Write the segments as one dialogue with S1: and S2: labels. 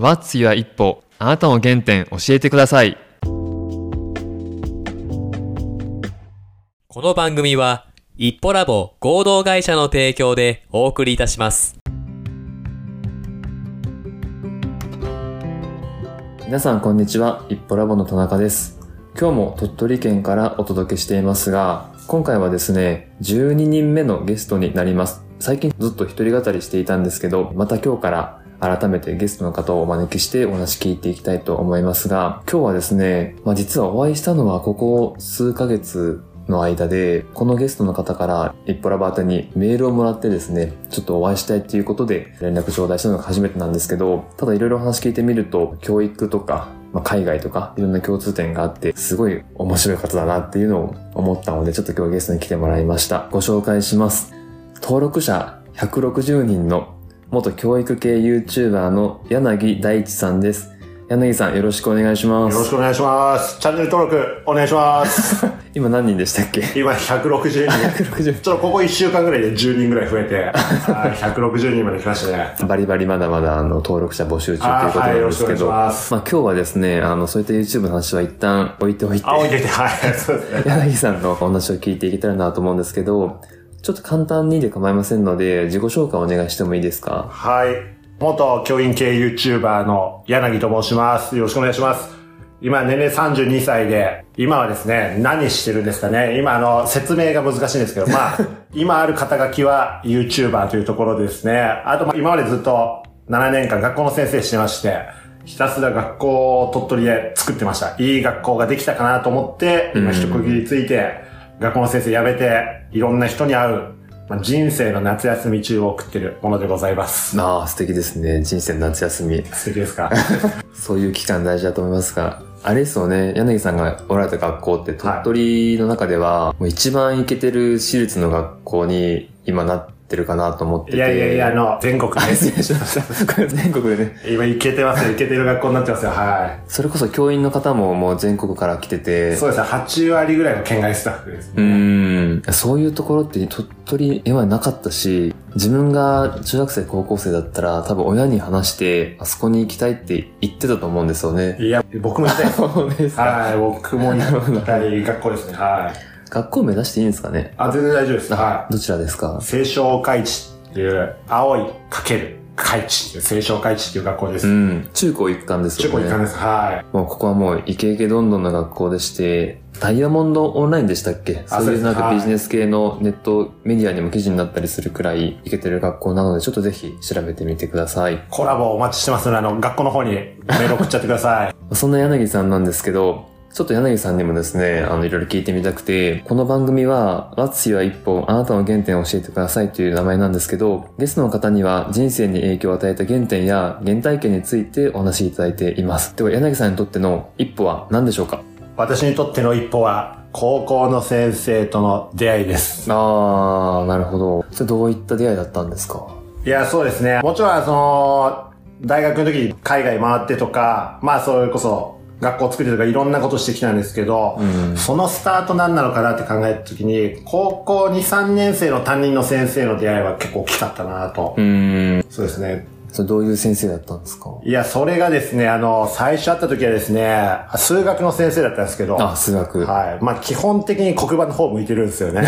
S1: What's your 一歩あなたの原点教えてください
S2: この番組は、一歩ラボ合同会社の提供でお送りいたします。
S1: 皆さんこんにちは一歩ラボの田中です今日も鳥取県からお届けしていますが今回はですね12人目のゲストになります最近ずっと一人語りしていたんですけどまた今日から改めてゲストの方をお招きしてお話聞いていきたいと思いますが今日はですね、まあ、実はお会いしたのはここ数ヶ月の間で、このゲストの方から一歩ラバー宛てにメールをもらってですね、ちょっとお会いしたいっていうことで連絡頂戴したのが初めてなんですけど、ただいろいろ話聞いてみると、教育とか、まあ、海外とかいろんな共通点があって、すごい面白い方だなっていうのを思ったので、ちょっと今日ゲストに来てもらいました。ご紹介します。登録者160人の元教育系 YouTuber の柳大地さんです。柳さんよろしくお願いしま
S3: よろし
S1: す。
S3: くお願いします。チャンネル登録お願いします。
S1: 今何人でしたっけ
S3: 今160人。
S1: 160
S3: ちょっとここ1週間ぐらいで10人ぐらい増えて、はい160人まで来ました ね。
S1: バリバリまだまだあの登録者募集中ということ
S3: あーはい
S1: なんですけど、
S3: よろしくお願いします
S1: まあ今日はですね、あの、そういった YouTube の話は一旦置いておいて、
S3: あ、置いてて、はい、そうですね。
S1: 柳さんのお話を聞いていけたらなと思うんですけど、ちょっと簡単にで構いませんので、自己紹介をお願いしてもいいですか
S3: はい。元教員系 YouTuber の柳と申します。よろしくお願いします。今、年齢32歳で、今はですね、何してるんですかね。今、あの、説明が難しいんですけど、まあ、今ある肩書きは YouTuber というところですね。あと、まあ今までずっと7年間学校の先生してまして、ひたすら学校を鳥取で作ってました。いい学校ができたかなと思って、今一区切りついて、学校の先生辞めて、いろんな人に会う、まあ人生の夏休み中を送ってるものでございます。
S1: ああ、素敵ですね。人生の夏休み。
S3: 素敵で すか
S1: そういう期間大事だと思いますが、あれですよね、柳さんがおられた学校って鳥取の中では、もう一番イケてる私立の学校に今なってるかなと思ってて。
S3: いやいやいや、あの、全国
S1: あ
S3: で
S1: 失
S3: す。
S1: 礼しました。これ全国でね、
S3: 今、行けてますよ。行けてる学校になってますよ。は
S1: それこそ教員の方ももう全国から来て
S3: い。
S1: て、
S3: そうですね。8割ぐらいが県外スタッフです
S1: う
S3: ね。
S1: ん。そういうところって鳥取にはなかったし、自分が中学生、高校生だったら多分親に話して、あそこに行きたいって言ってたと思うんですよね。
S3: いや、僕も行きた いです。
S1: そうですか。
S3: はい。僕も行きたい学校ですね。はい。
S1: 学校目指していいんですかね
S3: あ、全然大丈夫です。は
S1: どちらですか
S3: い。青少開地っていう、青いかける開地っていう、青少開地っていう学校で
S1: う
S3: す。
S1: ん。中高一貫です
S3: 中
S1: よ
S3: 高一貫
S1: ね。
S3: です。はい。
S1: もうここはもうイケイケどんどんの学校でして、ダイヤモンドオンラインでしたっけ
S3: あ
S1: そういうなんか
S3: そう
S1: ビ
S3: です
S1: ジネス系のネットメディアにも記事になったりするくらいイケてる学校なので、ちょっとぜひ調べてみてください。
S3: コラボお待ちしてますので、あの、学校の方にメール送っちゃってください。
S1: そんな柳さんなんですけど、ちょっと柳さんにもですね、あの、いろいろ聞いてみたくて、この番組は、What's Your 一歩、あなたの原点を教えてくださいという名前なんですけど、ゲストの方には人生に影響を与えた原点や原体験についてお話しいただいています。では、柳さんにとっての一歩は何でしょうか
S3: 私にとっての一歩は、高校の先生との出会いです。
S1: あー、なるほど。それどういった出会いだったんですか
S3: いや、そうですね。もちろん、その、大学の時に海外回ってとか、まあ、それこそ、学校作ってとかいろんなことしてきたんですけど、
S1: うん
S3: そのスタート何なのかなって考えた時に、高校2、3年生の担任の先生の出会いは結構大きかったなと、
S1: うーん。
S3: そうですね。
S1: それどういう先生だったんですか
S3: いや、それがですね、あの、最初会った時はですね、数学の先生だったんですけど、
S1: あ、数学。
S3: はい。まあ、基本的に黒板の方向いてるんですよね。 で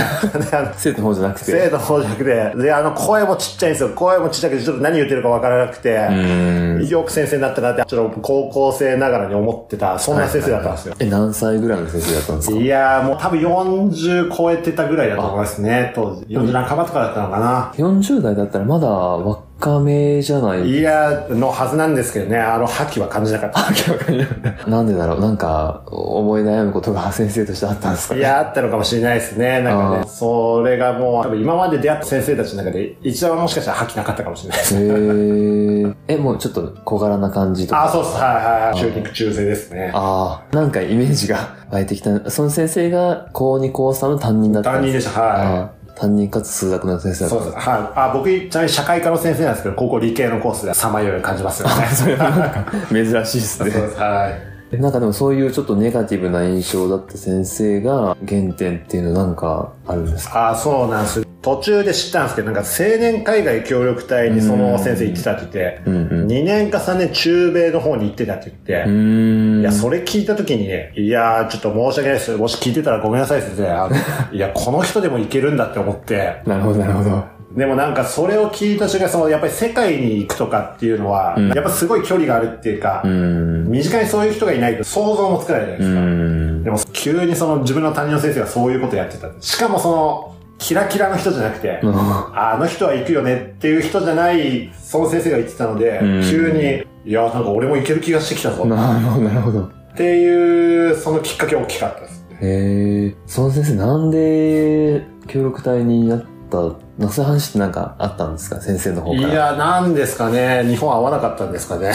S3: あの
S1: 生徒の方じゃなくて。
S3: 生徒の方じゃなくて、で、あの、声もちっちゃいんですよ。声もちっちゃくて、ちょっと何言ってるかわからなくて、
S1: うーん。
S3: よく先生になったなって、ちょっと高校生ながらに思ってた、そんな先生だったんですよ。
S1: え、何歳ぐらいの先生だったんですか
S3: いやーもう多分40超えてたぐらいだと思いますね、当時。40半ばとかだったのかな。
S1: 40代だったらまだ若めじゃない
S3: いやーのはずなんですけどね、あの、覇気は感じなかった。
S1: なんでだろうなんか思い悩むことが先生としてあったんですか
S3: いやーあったのかもしれないですね、なんか
S1: あ
S3: ね。それがもう、多分今まで出会った先生たちの中で、一番もしかしたら覇気なかったかもしれないです。
S1: へーえ、もうちょっと小柄な感じとか。
S3: あ、そうっす。はいはいはい。中肉中背ですね。
S1: ああ、なんかイメージが湧いてきた。その先生が高2高3の担任だった
S3: 担
S1: ん
S3: 任
S1: です
S3: でした。はい。
S1: あー担任かつ数学の先生だった
S3: そうです。はい。あ、僕、ちなみに社会科の先生なんですけど、高校理系のコースでさまよいを感じますよね。
S1: それはなんか珍しいです
S3: そう
S1: ね。
S3: です。はい。
S1: えなんかでもそういうちょっとネガティブな印象だった先生が原点っていうのなんかあるんですか
S3: ああ、そうなんです。途中で知ったんですけど、なんか青年海外協力隊にその先生行ってたって言って、
S1: うんうん。
S3: 2年か3年中米の方に行ってたって言って、
S1: うん。
S3: いや、それ聞いたときにね、いやー、ちょっと申し訳ないです。もし聞いてたらごめんなさい先生。 あのいや、この人でもいけるんだって思って。
S1: なるほど、なるほど。
S3: でもなんか、それを聞いた瞬間、その、やっぱり世界に行くとかっていうのは、
S1: うん
S3: やっぱすごい距離があるっていうか
S1: う、ん。
S3: 身近にそういう人がいないと想像もつかないじゃない
S1: う
S3: ですか。
S1: ん。
S3: でも、急にその自分の担任の先生がそういうことやってた。しかもその、キラキラの人じゃなくて、あの人は行くよねっていう人じゃない、その先生が言ってたので、
S1: うん
S3: 急に、いや、なんか俺も行ける気がしてきた ぞ。
S1: なるほど、なるほど。
S3: っていう、そのきっかけ大きかったです。
S1: へえ。その先生、なんで協力隊になった、なんかそういう話ってなんかあったんですか先生の方
S3: い
S1: から。
S3: や、なんですかね。日本合わなかったんですかね。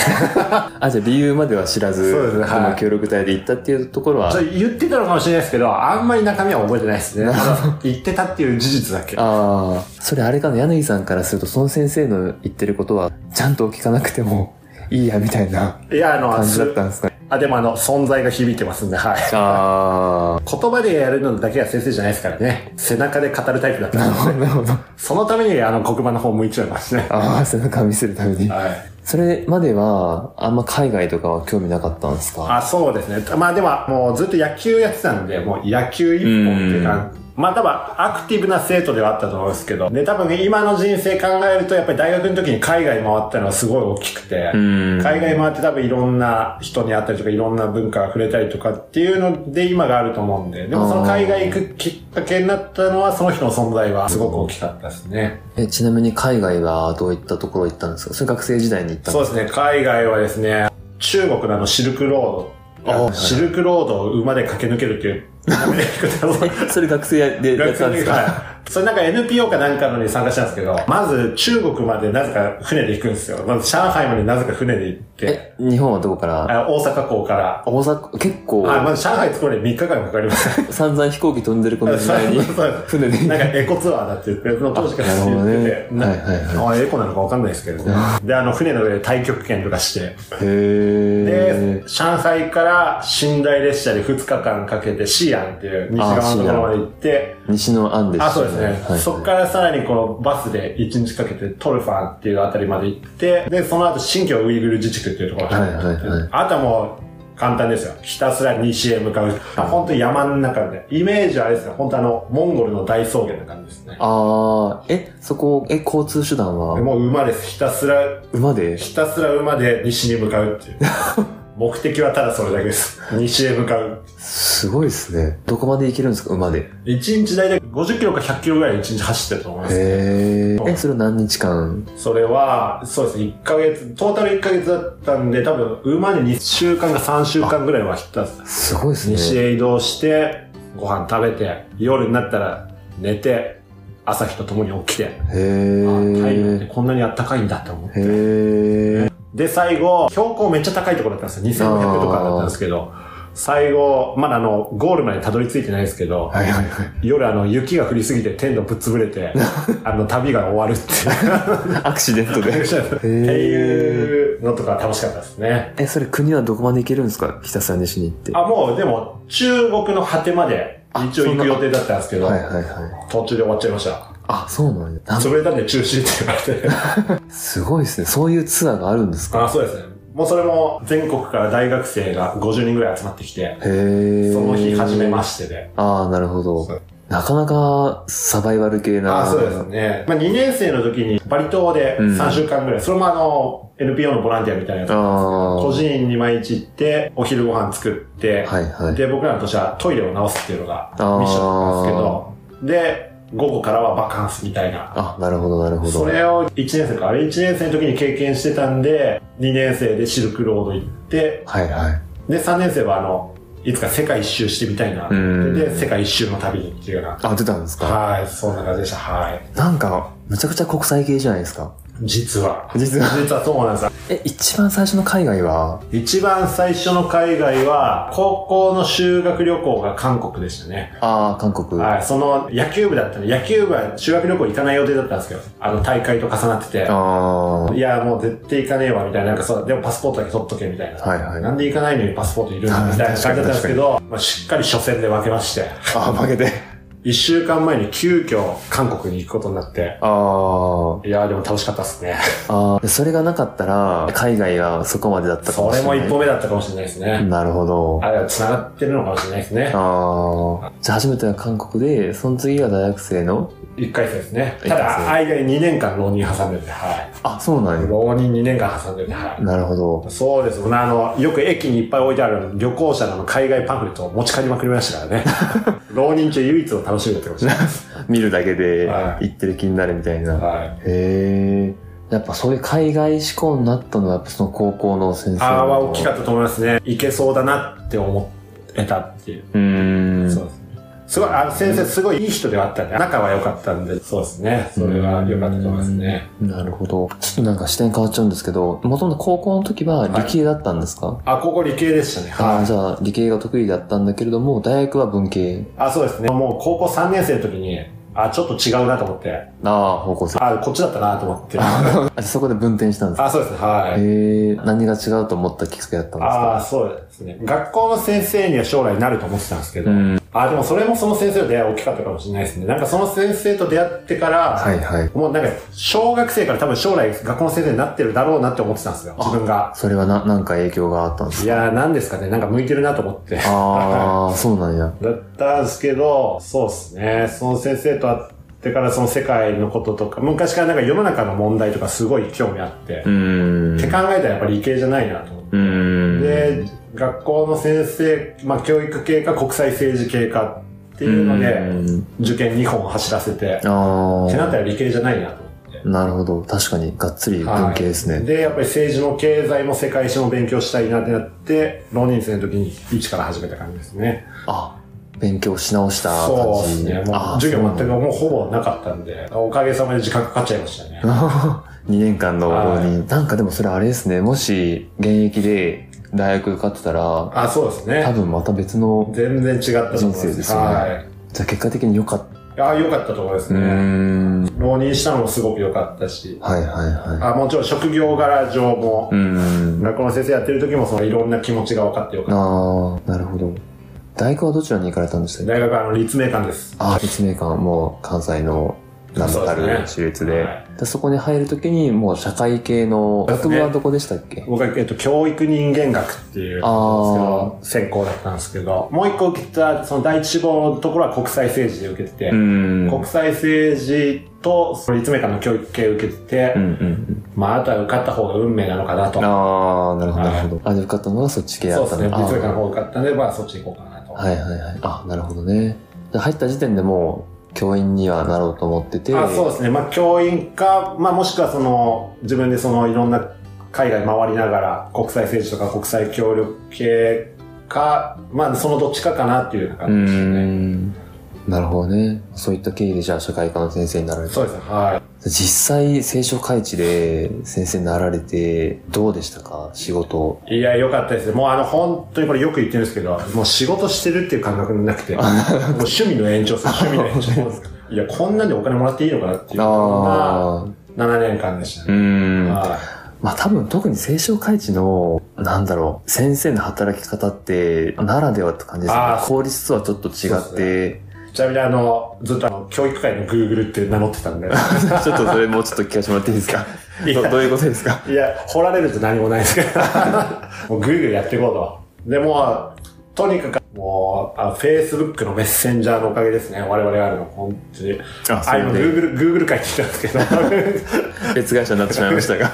S1: あ、じゃあ理由までは知らず、
S3: そうですねはい
S1: の協力隊で行ったっていうところは
S3: ちょ、っと言ってたのかもしれないですけど、あんまり中身は覚えてな いですね。言ってたっていう事実だけ。
S1: ああ、それあれかな、柳さんからすると、その先生の言ってることは、ちゃんと聞かなくてもいいや、みたいない
S3: や、あの、
S1: 感じだ
S3: す
S1: ったんですかね。
S3: あでもあの、存在が響いてますんで、はい。
S1: あ
S3: 言葉でやるのだけが先生じゃないですからね。背中で語るタイプだっ
S1: あ、な
S3: た
S1: る
S3: んで
S1: ほど、なるほど。
S3: そのためにあの黒板の方向いちゃいますね。
S1: ああ、背中見せるために。
S3: はい。
S1: それまでは、あんま海外とかは興味なかったんですか
S3: あ、そうですね。まあでも、もうずっと野球やってたんで、もう野球一本っていう感じ。まあ多分アクティブな生徒ではあったと思うんですけど、で多分今の人生考えるとやっぱり大学の時に海外回ったのはすごい大きくて、
S1: うん。
S3: 海外回って多分いろんな人に会ったりとかいろんな文化が触れたりとかっていうので今があると思うんで、でもその海外行くきっかけになったのはその人の存在はすごく大きかったですね。
S1: え、ちなみに海外はどういったところ行ったんですかそれ学生時代に行ったん
S3: そ
S1: で
S3: うですね、海外はですね、中国のあのシルクロード、
S1: あ
S3: シルクロードを馬で駆け抜けるっていう、
S1: すかそれ学生で やったんですか
S3: はい。それなんか NPO かなんかのに参加したんですけど、まず中国までなぜか船で行くんですよ。まず上海までなぜか船で行って、
S1: え、日本はどこから
S3: あ大阪港から、
S1: 大阪、結構、
S3: はい、まず上海着くのに3日間かかりました。
S1: 散々飛行機飛んでるこの時代に、
S3: そう
S1: 船で。
S3: なんかエコツアーだって言って、その当時から
S1: なるほど
S3: 言って
S1: ね
S3: て、。
S1: はいはいはい。
S3: あエコなのかわかんないですけどね。で、あの船の上で太極拳とかして、
S1: へ
S3: で、上海から寝台列車で2日間かけてシアンっていう西側のところまで行って、
S1: ー西の案でした
S3: あ、そうですね。そっからさらにこのバスで1日かけてトルファンっていうあたりまで行って、で、その後新疆ウイグル自治区っていうところに入って、
S1: はいはいはい
S3: あとはもう簡単ですよ。ひたすら西へ向かう。本当に山の中で。イメージはあれですね、本当あの、モンゴルの大草原な感じですね。
S1: ああ、え、そこ、え、交通手段は
S3: もう馬です。ひたすら
S1: 馬で
S3: ひたすら馬で西に向かう っていう。目的はただそれだけです。西へ向かう。
S1: すごいですね。どこまで行けるんですか馬で。
S3: 1日大体50キロか100キロぐらい1日走ってると思います。
S1: へえ。え、それを何日間
S3: それは、そうですね、1ヶ月、トータル1ヶ月だったんで、多分馬に2週間か3週間ぐらいはひたすら
S1: すごいです
S3: 西
S1: ね。
S3: へ移動して、ご飯食べて、夜になったら寝て、朝日と共に起きて、
S1: へ
S3: あ太陽って
S1: え。
S3: こんなに暖かいんだって思う。
S1: へえ。
S3: で、最後、標高めっちゃ高いところだったんですよ。2500とかだったんですけど、最後、まだあの、ゴールまでたどり着いてないですけど、
S1: はいはいはい。
S3: 夜あの、雪が降りすぎて天のぶっ潰れ て、あの、旅が終わるっていう。
S1: アクシデントで。
S3: っていうのとか楽しかったですね。
S1: え、それ国はどこまで行けるんですかひたすら西に行って。は
S3: あ、もうでも中国の果てまで一応行く予定だったんですけ
S1: い
S3: ど、
S1: はいはい。
S3: 途中で終わっちゃいました。
S1: あ、そうなんや。あ
S3: 潰れたんで中止って言われて。
S1: すごいですね。そういうツアーがあるんですか
S3: あ、そうですね。もうそれも全国から大学生が50人ぐらい集まってきて、
S1: へえ。
S3: その日初めま
S1: し
S3: してで。
S1: ああ、なるほど。なかなかサバイバル系な。
S3: あ、そうですね。まあ、2年生の時にバリ島で
S1: うん
S3: 3週間ぐらい、それもあの、NPO のボランティアみたいなやつ。
S1: ああ。
S3: 個人院に毎日行って、お昼ご飯作って、
S1: はいはい。
S3: で、僕らの年はトイレを直すっていうのが
S1: あ
S3: ミ
S1: ー
S3: ッションだったんですけど、で、午後からはバカンスみたいな。
S1: あ、なるほどなるほど。
S3: それを1年生か、あれ1年生の時に経験してたんで、2年生でシルクロード行って、
S1: はいはい。
S3: で、3年生はあの、いつか世界一周してみたいな。
S1: うん
S3: で、世界一周の旅にっていうような。
S1: あ、出たんですか
S3: はい、そんな感じでした。はい。
S1: なんか、むちゃくちゃ国際系じゃないですか。
S3: 実は。
S1: 実は。
S3: 実はそうなんですよ。
S1: え、一番最初の海外は
S3: 一番最初の海外は、高校の修学旅行が韓国でしたね。
S1: ああ、韓国。
S3: はい、その野球部だったの野球部は修学旅行行かない予定だったんですけど、あの大会と重なってて、
S1: ああ、
S3: いや、もう絶対行かねえわ、みたいな、なんかそう、でもパスポートだけ取っとけ、みたいな。
S1: はいはい
S3: なんで行かないのにパスポートいるのみたいな感じだったんですけど、まあ、しっかり初戦で分けまして、
S1: あー負けて。
S3: 一週間前に急遽韓国に行くことになって、
S1: あ
S3: いや、でも楽しかったっすね。
S1: あ、ああ、それがなかったら、海外がそこまでだったか
S3: そ
S1: もし
S3: れ
S1: れな
S3: も
S1: い。
S3: 一歩目だったかもしれないですね。
S1: なるほど。
S3: あれは繋がってるのかもしれないですね。
S1: ああ。じゃあ初めては韓国で、その次が大学生の
S3: 一回戦ですね。
S1: 一
S3: た
S1: 回戦
S3: だ、間に2年間浪人挟んでて、はい。
S1: あ、そうなんや。
S3: 浪人2年間挟んでて、はい。
S1: なるほど。
S3: そうですもんね。あの、よく駅にいっぱい置いてある旅行者の海外パンフレットを持ち帰りまくりましたからね。 浪人中唯一の楽しみだったかもしれないです。
S1: 見るだけで
S3: はい
S1: 行ってる気になるみたいな。
S3: はい。
S1: へえ。やっぱそういう海外志向になったのは、やっぱその高校の先生の。
S3: ああは大きかったと思いますね。いけそうだなって思えたっていう。
S1: うーん。
S3: そうですね。すごい、あの先生すごいいい人ではあったんで、仲は良かったんで、そうですね。それは良かったと思いますね。
S1: なるほど。ちょっとなんか視点変わっちゃうんですけど、もともと高校の時は理系だったんですか、
S3: あ、ここ理系でしたね。
S1: ああ、
S3: はい。
S1: じゃあ理系が得意だったんだけれども、大学は文系。
S3: あ、そうですね。もう高校3年生の時に、あ、ちょっと違うなと思って、
S1: ああ、方向性。
S3: あ、こっちだったなと 思って。
S1: あそこで分転したんですか
S3: あ、そうですね。はい。
S1: へえ、何が違うと思ったきっかけだったんです
S3: あ
S1: か
S3: あ、そうですね。学校の先生には将来なると思ってたんですけど、
S1: うん。
S3: ああ、でもそれもその先生の出会い大きかったかもしれないですね。なんかその先生と出会ってから、
S1: はいはい。
S3: もうなんか、小学生から多分将来学校の先生になってるだろうなって思ってたんですよ、自分が。
S1: それはな、なんか影響があったんです
S3: いやー、なんですかね、なんか向いてるなと思って。
S1: かああ、そうなんや。
S3: だったんですけど、そうですね。その先生と会ってからその世界のこととか、昔からなんか世の中の問題とかすごい興味あって、
S1: うーん。
S3: って考えたらやっぱり理系じゃないなと思って。
S1: うーん。
S3: で、学校の先生、まあ教育系か国際政治系かっていうので、
S1: うん
S3: 受験2本走らせて、って
S1: あ
S3: な
S1: あ。
S3: ったら理系じゃないなと思って。
S1: なるほど。確かに、がっつり文系ですね。
S3: はいで、やっぱり政治も経済も世界史も勉強したいなってなって、浪人生の時に一から始めた感じですね。
S1: あ、勉強し直した感じ。
S3: そうですね。もう
S1: あー
S3: 授業
S1: そ
S3: 全く
S1: う
S3: もうほぼなかったんで、おかげさまで時間かかっちゃいましたね。
S1: 2年間の浪人、なんかでもそれあれですね。もし、現役で大学受かってたら、
S3: あ、そうです
S1: 多
S3: ね。
S1: 分また別の、
S3: 全然違ったと思いま
S1: 人生です
S3: す。
S1: ね
S3: は
S1: じゃあ結果的に良かった。
S3: い。ああ、良かったと思います
S1: うー
S3: ね。
S1: ん。
S3: 浪人したのもすごく良かったし、
S1: はいはいは
S3: あもちろん職業柄上も
S1: い。う、ーん。あ
S3: 学校の先生やってる時もそのいろんな気持ちが分かってよかっ
S1: あー、なるほど。大学はどちらに行かれたんでした
S3: た。
S1: っけ
S3: 大学はあの立命館です。
S1: ああ、立命館も関西の名だた
S3: そうです
S1: る
S3: ね
S1: 私立で。
S3: はい
S1: でそこに入るときに、もう社会系の、
S3: そうです
S1: 学
S3: ね
S1: 部はどこでしたっけ
S3: 僕は、えっと、教育人間学っていう
S1: あ
S3: 専攻だったんですけど、もう一個受けた、その第一志望のところは国際政治で受けてて、
S1: うーん。
S3: 国際政治とその立命館の教育系受けてて、
S1: うんうんうん。
S3: まあ、あとは受かった方が運命なのかなと。
S1: ああ、なるほど、
S3: は
S1: ないるほど。あ、で、受かったのがそっち系だ
S3: そう
S1: っ
S3: で
S1: た
S3: すね。立
S1: あ
S3: 命
S1: ー
S3: 館の方受かったんで、まあ、そっち行こうかなと。
S1: はいはいはい。あ、なるほどね。で入った時点でもう、教員にはなろうと思ってて。
S3: あそうですね、まあ、教員か、まあ、もしくはその自分でそのいろんな海外回りながら国際政治とか国際協力系か、まあ、そのどっちかかなっていうような
S1: うー
S3: 感じですね。
S1: ん。なるほどね。そういった経緯でじゃあ社会科の先生になられた。
S3: そうですね、は
S1: 実際、聖書開地で先生になられて、どうでしたか仕事。
S3: い。いや、良かったですね。もうあの、本当にこれよく言ってるんですけど、もう仕事してるっていう感覚なくて、もう趣味の延長です趣味の延長です。いや、こんなんでお金もらっていいのかなっていう、こ
S1: ああ。
S3: んな7年間でした
S1: う
S3: ね。
S1: ん。
S3: はい
S1: まあ多分特に聖書開地の、なんだろう、先生の働き方って、ならではって感じですね
S3: あ。ー
S1: 効率とはちょっと違
S3: そう
S1: っ
S3: で
S1: て、
S3: ちなみにあの、ずっとあの、教育界の Google って名乗ってたんで。
S1: ちょっとそれもうちょっと聞かせてもらっていいですか
S3: いや
S1: どどういうことですか
S3: いや、掘られると何もないですけ ど。もうぐいぐいやっていこうと。でも、とにかく、もう、あの、Facebook のメッセンジャーのおかげですね。我々があるの、本当に。
S1: あ
S3: あ、
S1: そ
S3: 今、
S1: うね
S3: Google、Google 会って言ったんですけ
S1: 別会社になってしまいましたが。
S3: ど。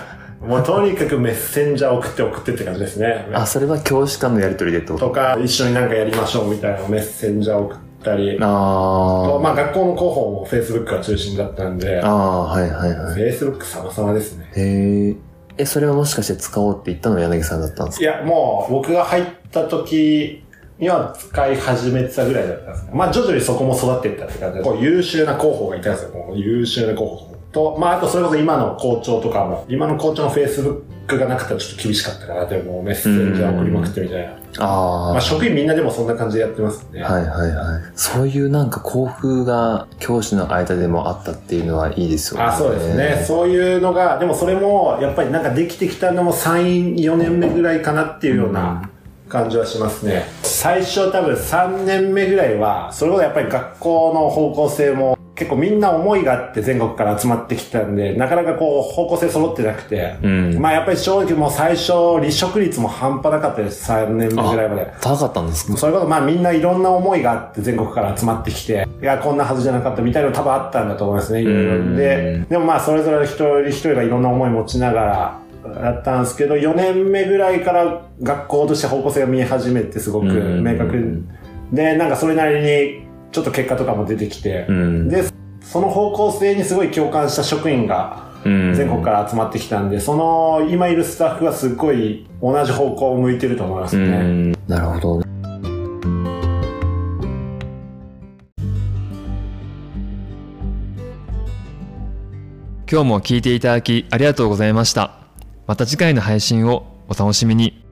S3: もう、とにかくメッセンジャー送って送ってって感じですね。
S1: あ、それは教師間のやりとりでってこと
S3: とか、一緒になんかやりましょうみたいなメッセンジャー送ったり。
S1: あ
S3: とまあ、学校の広報も Facebook が中心だったんで
S1: あ。、ああー、はいはいはい。
S3: Facebook 様々ですね。
S1: へえ。え、それはもしかして使おうって言ったのは柳さんだったんです
S3: いや、もう僕が入った時には使い始めてたぐらいだったんですけどまあ徐々にそこも育っていったって感じで、こう優秀な候補がいたんですよ。もう優秀な候補と、まああとそれこそ今の校長とかも、今の校長の Facebook クがなくてはちょっと厳しかったかな、でもメッセージは送りまくってみたいな。
S1: あ
S3: まあ
S1: あ。
S3: 職員みんなでもそんな感じでやってますね。
S1: はいはいはい。そういうなんか校風が教師の間でもあったっていうのはいいですよね。
S3: あそうですね、そういうのが、でもそれもやっぱりなんかできてきたのも3、4年目ぐらいかなっていうような感じはしますね、最初、多分3年目ぐらいは、それこそやっぱり学校の方向性も結構みんな思いがあって全国から集まってきたんで、なかなかこう方向性揃ってなくて、
S1: うん
S3: まあやっぱり正直もう最初、離職率も半端なかったです、3年目ぐらいまで。
S1: 高かったんですか
S3: それこそまあみんないろんな思いがあって全国から集まってきて、いや、こんなはずじゃなかったみたいなの多分あったんだと思いますね、いろいろ。で、でもまあそれぞれ一人一人がいろんな思い持ちながらやったんですけど、4年目ぐらいから学校として方向性が見え始めてすごく
S1: うん
S3: 明確にで、なんかそれなりにちょっと結果とかも出てきて
S1: う、ん。
S3: で、その方向性にすごい共感した職員が
S1: うん
S3: 全国から集まってきたんで、その今いるスタッフはすっごい同じ方向を向いてると思います
S1: う
S3: ね。
S1: ん。なるほど。今日も聞いていただきありがとうございました。また次回の配信をお楽しみに。